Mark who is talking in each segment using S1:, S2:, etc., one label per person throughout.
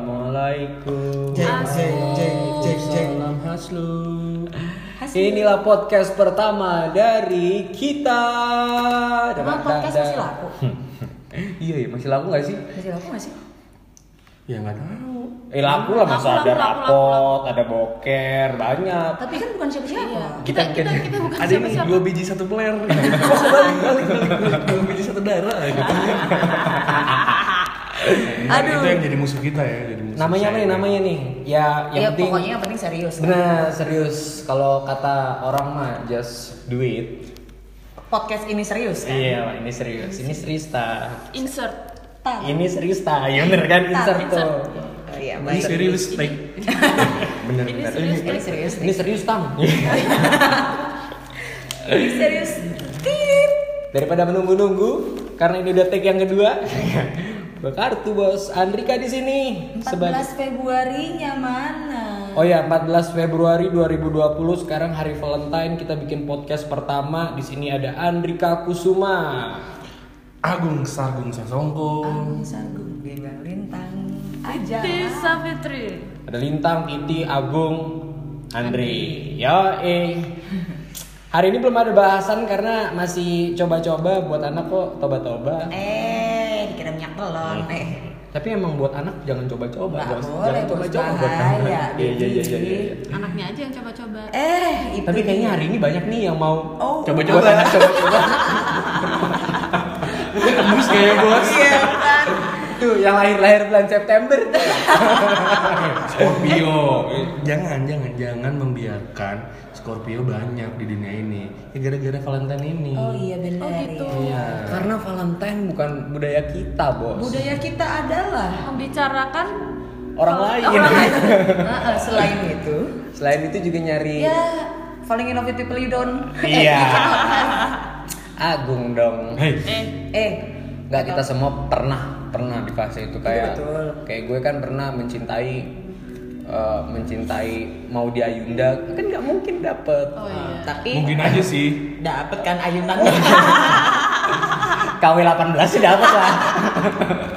S1: Assalamualaikum.
S2: Jeng jeng jeng jeng jeng.
S1: Salam Haslu.
S3: Haslu.
S1: Inilah podcast pertama dari kita.
S3: Emang podcast masih laku?
S1: iya, iya, masih laku gak sih?
S3: Masih laku gak sih?
S1: Ya nggak tahu. Eh laku lah
S3: Laku,
S1: masa
S3: laku,
S1: ada
S3: laku, laku,
S1: rapot, ada boker, banyak.
S3: Tapi kan bukan
S1: Iya.
S3: siapa-siapa.
S4: kita kita kita bukan
S2: Ada ini
S4: siapa-siapa
S2: dua biji satu player. Kok balik balik balik balik dua biji satu darah. Gitu.
S3: Aduh.
S2: Itu yang jadi musuh kita ya, jadi musuh.
S1: Namanya apa
S2: saya.
S1: nih namanya nih? Ya, yang
S3: Ya,
S1: penting
S3: pokoknya yang penting serius.
S1: Benar, Nah, serius. Kalau kata orang mah just do it.
S3: Podcast ini serius kan?
S1: Iya, ini serius. Ini serius ta.
S4: insert
S3: Tan.
S1: Ini serius ta. Ya bener kan insert tuh.
S3: Oh, Iya,
S2: Ini
S3: baik.
S2: serius like bener
S4: ini
S2: bener.
S4: serius
S3: Ini serius
S1: Ini
S3: nih.
S1: serius tang.
S3: Ini serius. Tit.
S1: Daripada menunggu-nunggu karena ini udah take yang kedua. Bekartu Bos Andrika di sini
S3: 14 Februarinya mana?
S1: Oh ya, 14 Februari 2020 sekarang hari Valentine kita bikin podcast pertama. Di sini ada Andrika Kusuma.
S2: Agung Sagung Sasongko.
S3: Agung Sagung Bebang Rintang aja.
S4: Tisa Fitri
S1: Ada Lintang, Iti, Agung, Andri. Yo, eh. Hari ini belum ada bahasan karena masih coba-coba buat anak kok toba-toba.
S3: Eh, dikira minyak telon.
S1: Hmm.
S3: Eh,
S1: Tapi emang buat anak jangan coba-coba. Jangan-
S3: Nggak boleh,
S1: jangan
S3: Bos,
S1: coba-coba.
S3: bahaya,
S1: Iya, iya, iya, iya,
S3: Bibi.
S1: iya.
S4: anaknya aja yang coba-coba
S3: eh itu.
S1: Tapi kayaknya hari ini banyak nih yang mau
S3: Oh.
S1: coba-coba. Buat anak coba-coba.
S2: Tembus kayaknya bos.
S3: Iya kan.
S1: Tuh, yang lahir-lahir bulan September.
S2: Scorpio. Jangan jangan jangan membiarkan Scorpio banyak di dunia ini. Ya gara-gara Valentine ini.
S3: Oh iya benar.
S4: Oh, gitu.
S3: ya.
S2: Iya.
S1: Karena Valentine bukan budaya kita, Bos.
S3: Budaya kita adalah
S4: membicarakan
S1: Orang
S3: Oh.
S1: lain.
S4: orang lain
S3: Nah, selain itu,
S1: Selain itu juga nyari
S3: Ya, falling in love with people you don't.
S1: Iya. Agung dong.
S2: Hey.
S4: eh
S3: Eh,
S1: Nggak kita semua pernah pernah di fase itu kayak
S3: Iya, betul.
S1: kayak gue kan pernah mencintai eh, mencintai mau di Ayunda kan nggak mungkin dapet Nah,
S4: oh iya
S1: Eh.
S3: tapi
S2: Mungkin aja sih.
S3: dapet kan ayunan.
S1: Oh. KW 18 sih dapet lah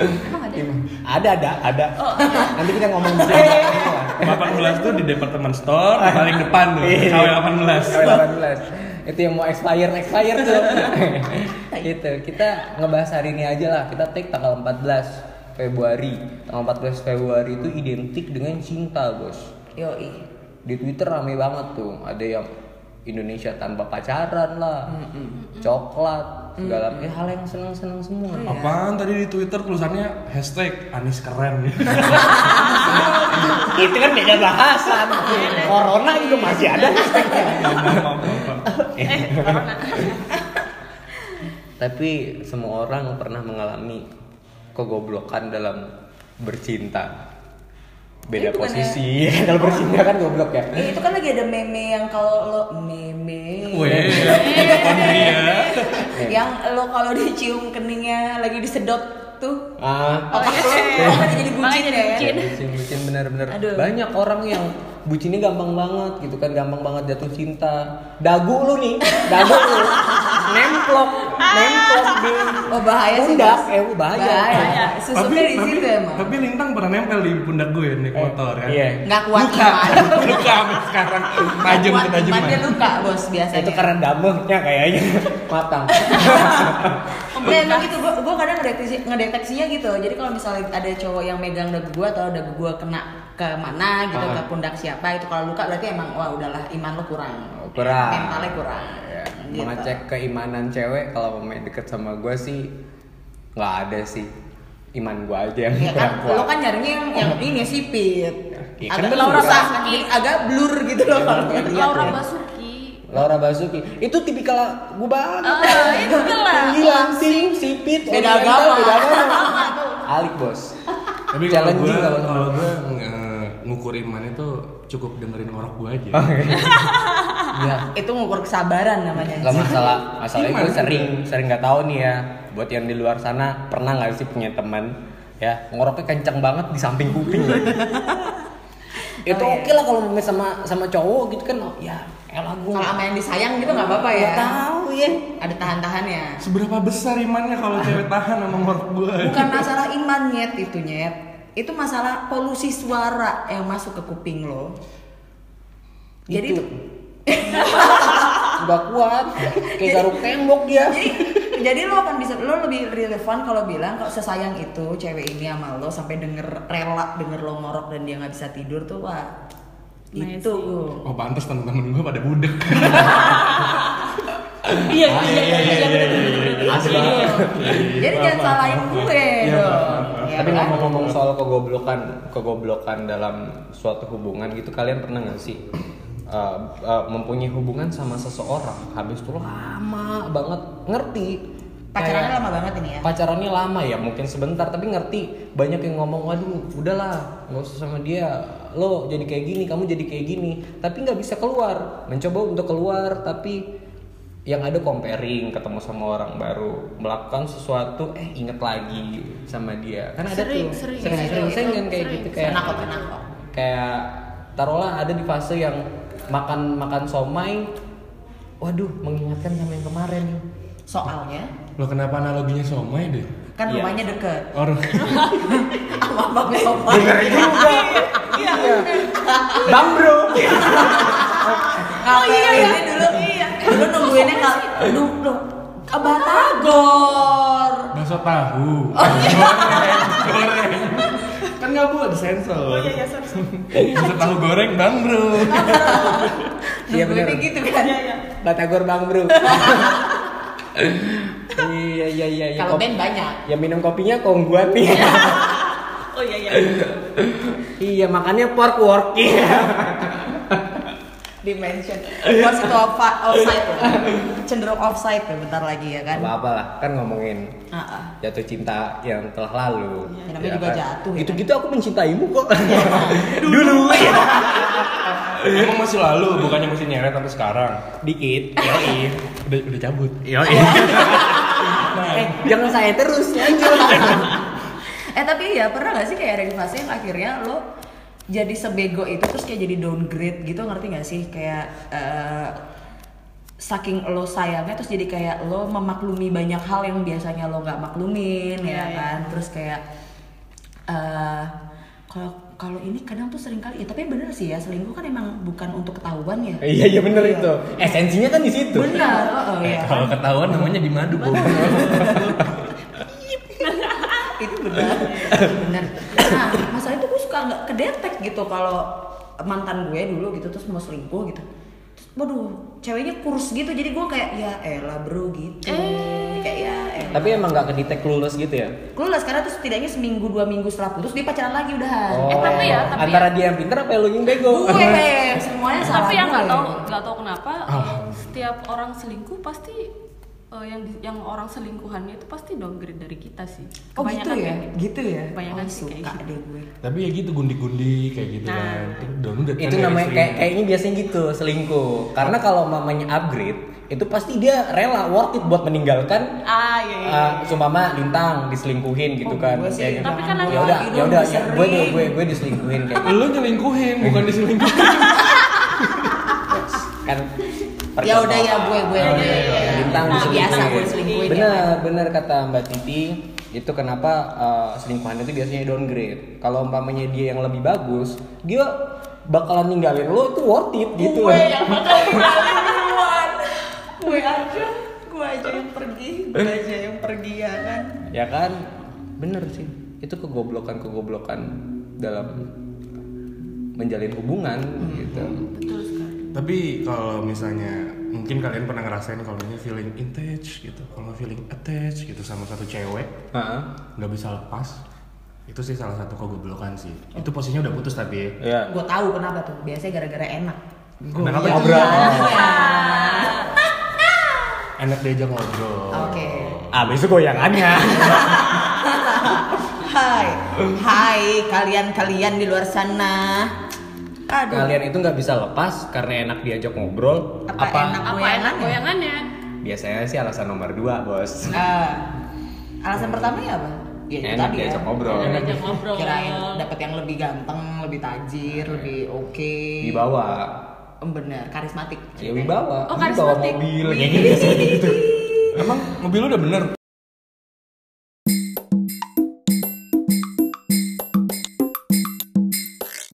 S4: emang ada ya?
S1: ada ada ada
S3: Oh.
S1: nanti kita ngomong di
S3: Iya.
S2: Bapak Ulas tuh di departemen store paling depan tuh.
S1: Iya.
S2: KW 18.
S1: KW 18 itu yang mau expire expire tuh itu kita ngebahas hari ini aja lah kita take tanggal 14 Februari tanggal 14 Februari itu identik dengan cinta bos
S3: Yoi.
S1: di Twitter rame banget tuh ada yang Indonesia tanpa pacaran lah coklat segala eh, hal yang senang senang semua
S2: Apaan tadi di Twitter tulisannya hashtag Anis keren. Iya,
S1: itu kan beda
S3: Ah,
S1: bahasan corona juga masih ada Eh, tapi semua orang pernah mengalami kegoblokan dalam bercinta beda
S3: Eh, bukannya-
S1: posisi kalau bercinta kan goblok ya
S3: Eh, itu kan lagi ada meme yang kalau lo
S1: Iya.
S3: meme.
S2: Weh, pandemi ya.
S3: Yang lo kalau dicium keningnya lagi disedot tuh.
S1: ah
S3: Otak lo, otaknya jadi bucin
S4: Oh, iya. Makanya jadi
S3: ya.
S4: bucin.
S1: bucin bucin benar-benar
S3: Aduh.
S1: banyak orang yang bucinnya gampang banget gitu kan gampang banget jatuh cinta dagu lu nih dagu lu nemplok nemplok di
S3: Oh bahaya sih.
S1: Pundak,
S3: Bos.
S1: eh, bahaya.
S4: Iya.
S3: bahaya. Susupnya di situ emang. Eh,
S2: tapi lintang pernah nempel di pundak gue naik motor kan.
S1: iya.
S3: Nggak kuat
S2: luka,
S3: iman.
S2: luka sampai sekarang tajam
S3: Kuat
S2: ke tajaman.
S3: imannya luka bos biasanya.
S1: itu karena damehnya kayaknya matang
S3: Ya emang gitu, gue kadang ngedeteksi, ngedeteksinya gitu Jadi kalau misalnya ada cowok yang megang dagu gue atau dagu gue kena ke mana gitu,
S2: Ah.
S3: ke pundak siapa Itu kalau luka berarti emang, wah udahlah iman lo kurang
S1: Oh, kurang
S3: Mentalnya kurang
S1: Ya,
S3: Gitu.
S1: mengecek keimanan cewek kalau main deket sama gue sih nggak ada sih iman gue aja yang
S3: Ya
S1: kurang
S3: kan,
S1: kuat
S3: lo kan nyarinya yang, yang ini sipit
S1: Ya, kan Iya,
S3: Agak
S1: bener.
S3: Laura Sasuki, agak blur gitu loh kalau gue liat
S4: Laura
S3: ya.
S4: Basuki
S1: Laura Basuki itu tipikal gue banget
S4: Ah, itu lah.
S1: langsing sipit
S3: Oh, Beda
S1: oriental,
S3: agama.
S1: beda agama alik bos
S2: Tapi kalau gue
S1: Challenging kalau-
S2: kalau gue eh, ngukur iman itu cukup dengerin ngorok gue aja.
S3: Oh, iya.
S1: ya
S3: Itu ngukur kesabaran namanya
S1: lah masalah masalahnya gue
S2: Gimana?
S1: sering sering nggak tahu nih ya buat yang di luar sana pernah nggak sih punya teman ya ngoroknya kenceng banget di samping kuping itu
S3: Oh, iya.
S1: oke lah kalau main sama sama cowok gitu kan oh, ya elah gue
S3: Kalau sama yang disayang gitu nggak apa-apa ya
S1: nggak tahu ya
S3: Ada tahan-tahannya
S2: Seberapa besar imannya kalau cewek tahan sama ngorok gue?
S3: Bukan masalah iman nyet itu nyet itu masalah polusi suara yang masuk ke kuping lo. Jadi
S1: Itu.
S3: itu
S1: nggak kuat kayak garuk tembok dia
S3: jadi jadi lo akan bisa lo lebih relevan kalau bilang kalau sesayang itu cewek ini sama lo sampai denger rela denger lo ngorok dan dia nggak bisa tidur tuh wah gitu.
S4: Nice.
S3: itu gue
S2: Oh pantas temen-temen gue pada budek.
S4: Iya,
S2: Ah,
S4: iya, iya, iya, iya, iya.
S2: Asli banget.
S3: jadi jangan salahin gue
S2: Iya,
S3: dong
S2: maaf.
S3: Ya
S1: tapi
S3: kan?
S1: ngomong-ngomong soal kegoblokan kegoblokan dalam suatu hubungan gitu kalian pernah nggak sih uh, uh, mempunyai hubungan sama seseorang habis itu lama banget ngerti
S3: pacarannya
S1: Kayak-
S3: lama banget ini ya
S1: pacarannya lama ya mungkin sebentar tapi ngerti banyak yang ngomong waduh udahlah nggak usah sama dia lo jadi kayak gini kamu jadi kayak gini tapi nggak bisa keluar mencoba untuk keluar tapi yang ada comparing ketemu sama orang baru melakukan sesuatu eh inget lagi sama dia kan ada
S4: Sering,
S1: tuh
S4: sering,
S1: sering,
S4: sering,
S1: sering, kayak
S4: sering.
S1: gitu kayak
S3: Enak kok, enak kok.
S1: kayak taruhlah ada di fase yang makan makan somai waduh mengingatkan sama yang kemarin
S3: soalnya
S2: Lo kenapa analoginya somai deh?
S3: kan
S1: Iya.
S3: rumahnya deket
S2: Orang
S3: sama bapak sofa
S4: Iya.
S1: bang bro
S4: Oh iya, iya.
S3: ini dulu
S4: Iya.
S3: dulu nungguinnya kal dulu dulu ke Batagor
S2: bakso tahu.
S3: Oh, iya.
S2: goreng. Kan nggak boleh disensor.
S3: Oh, iya,
S2: Bakso tahu goreng bang bro.
S1: Iya,
S3: nungguinnya
S1: bener.
S3: gitu kan
S1: Batagor Bang Bro. iya iya iya iya.
S3: kalau
S1: Kop-
S3: band banyak
S1: Ya minum kopinya kong gua nih.
S4: Oh iya, iya.
S1: iya makannya pork working.
S3: dimension pas itu apa offside loh cenderung offside ya bentar lagi ya kan
S1: Apa apalah kan ngomongin
S3: Ah, ah.
S1: jatuh cinta yang telah lalu.
S3: Iya, namanya juga jatuh, ya
S1: Itu gitu aku mencintaimu kok.
S2: Dulu. Emang masih lalu, bukannya masih nyeret sampai sekarang.
S1: Dikit.
S2: Yoi. Udah udah cabut.
S1: Yoi.
S3: eh,
S1: Jangan saya terus lanjut.
S3: eh tapi ya pernah gak sih kayak ada di fase yang akhirnya lo jadi sebego itu terus kayak jadi downgrade gitu ngerti gak sih kayak eh, saking lo sayangnya terus jadi kayak lo memaklumi banyak hal yang biasanya lo nggak maklumin
S4: Iya,
S3: ya
S4: iya.
S3: kan terus kayak eh, kalau kalau ini kadang tuh sering kali ya tapi bener sih ya selingkuh kan emang bukan untuk ketahuan ya
S1: iya iya bener itu. Esensinya kan di situ.
S3: benar oh,
S2: Eh,
S3: ya
S2: kalau ketahuan namanya dimadu Bob.
S3: itu benar benar nah masalahnya tuh gue suka nggak kedetek gitu kalau mantan gue dulu gitu terus mau selingkuh gitu terus waduh ceweknya kurus gitu jadi gue kayak ya elah bro gitu
S4: Eh.
S3: kayak ya elah
S1: Tapi emang nggak kedetek lulus gitu ya.
S3: gue lah sekarang tuh setidaknya seminggu dua minggu setelah putus dia pacaran lagi udahan
S1: Oh.
S4: Eh, tapi ya, tapi
S1: antara
S4: ya.
S1: dia yang pintar apa lu yang bego?
S3: gue semuanya salah ya. Oh, Ah.
S4: Tapi yang nggak
S3: gue.
S4: tahu, nggak tahu kenapa eh, setiap orang selingkuh pasti eh, yang yang orang selingkuhannya itu pasti downgrade dari kita sih.
S3: oh gitu
S4: Kebanyakan
S3: ya
S4: kayak gitu.
S3: gitu ya
S4: Kebanyakan
S3: oh,
S4: sih kayak
S3: suka
S4: gitu.
S3: deh gue
S2: Tapi ya gitu gundi-gundi kayak gitu kan. Udah udah
S1: itu namanya kayak kayaknya biasanya gitu selingkuh karena kalau mamanya upgrade itu pasti dia rela worth it buat meninggalkan
S4: Ah iya. iya.
S1: uh, sumpama lintang diselingkuhin gitu
S3: Oh,
S1: kan
S3: gue sih
S1: ya
S4: Tapi kan lagi-
S1: udah
S3: lagi
S1: ya udah
S3: dong,
S1: ya gue gue
S3: sering.
S1: gue gue diselingkuhin kayak gitu.
S2: lu nyelingkuhin bukan diselingkuhin.
S1: kan
S3: ya udah ya gue gue
S2: Oh,
S3: gue.
S2: iya, iya, iya.
S1: lintang
S3: Nah,
S1: diselingkuhin
S3: biasa gue selingkuhin ya.
S1: bener bener kata mbak Titi itu kenapa uh, selingkuhan itu biasanya downgrade kalau umpamanya dia yang lebih bagus dia bakalan ninggalin lo itu worth it gitu
S3: gue yang bakal berani duluan gue aja gue aja yang pergi gue
S1: Eh?
S3: aja yang pergi ya kan
S1: ya kan bener sih itu kegoblokan kegoblokan dalam menjalin hubungan gitu
S4: Betul sekali.
S2: Tapi kalau misalnya mungkin kalian pernah ngerasain kalau ini feeling attached gitu, kalau feeling attached gitu sama satu cewek nggak bisa lepas itu sih salah satu kegoblokan sih. Itu posisinya udah putus tapi ya.
S1: ya
S3: gue tahu kenapa tuh biasanya gara-gara enak
S2: Dan apa itu?
S1: ngobrol
S3: Ah.
S2: Enak diajak ngobrol.
S3: oke
S1: abis itu goyangannya
S3: hai hai kalian kalian di luar sana aduh
S1: kalian itu nggak bisa lepas karena enak diajak ngobrol
S3: Apa
S1: apa,
S3: enak?
S4: Apa
S3: Goyangannya.
S4: enak goyangannya?
S1: biasanya sih alasan nomor dua bos
S3: Ah, alasan pertamanya apa ya itu
S1: enak
S3: tadi ya
S1: diajak ngobrol
S4: Diajak ngobrol.
S3: kirain dapat yang lebih ganteng lebih tajir lebih
S1: Iya.
S3: oke
S1: dibawa
S3: bener karismatik
S1: ya wibawa
S4: Oh,
S1: Ini bawa
S4: karismatik.
S1: Iya, mobil kayak gitu biasanya gitu
S2: Emang mobil lu udah bener?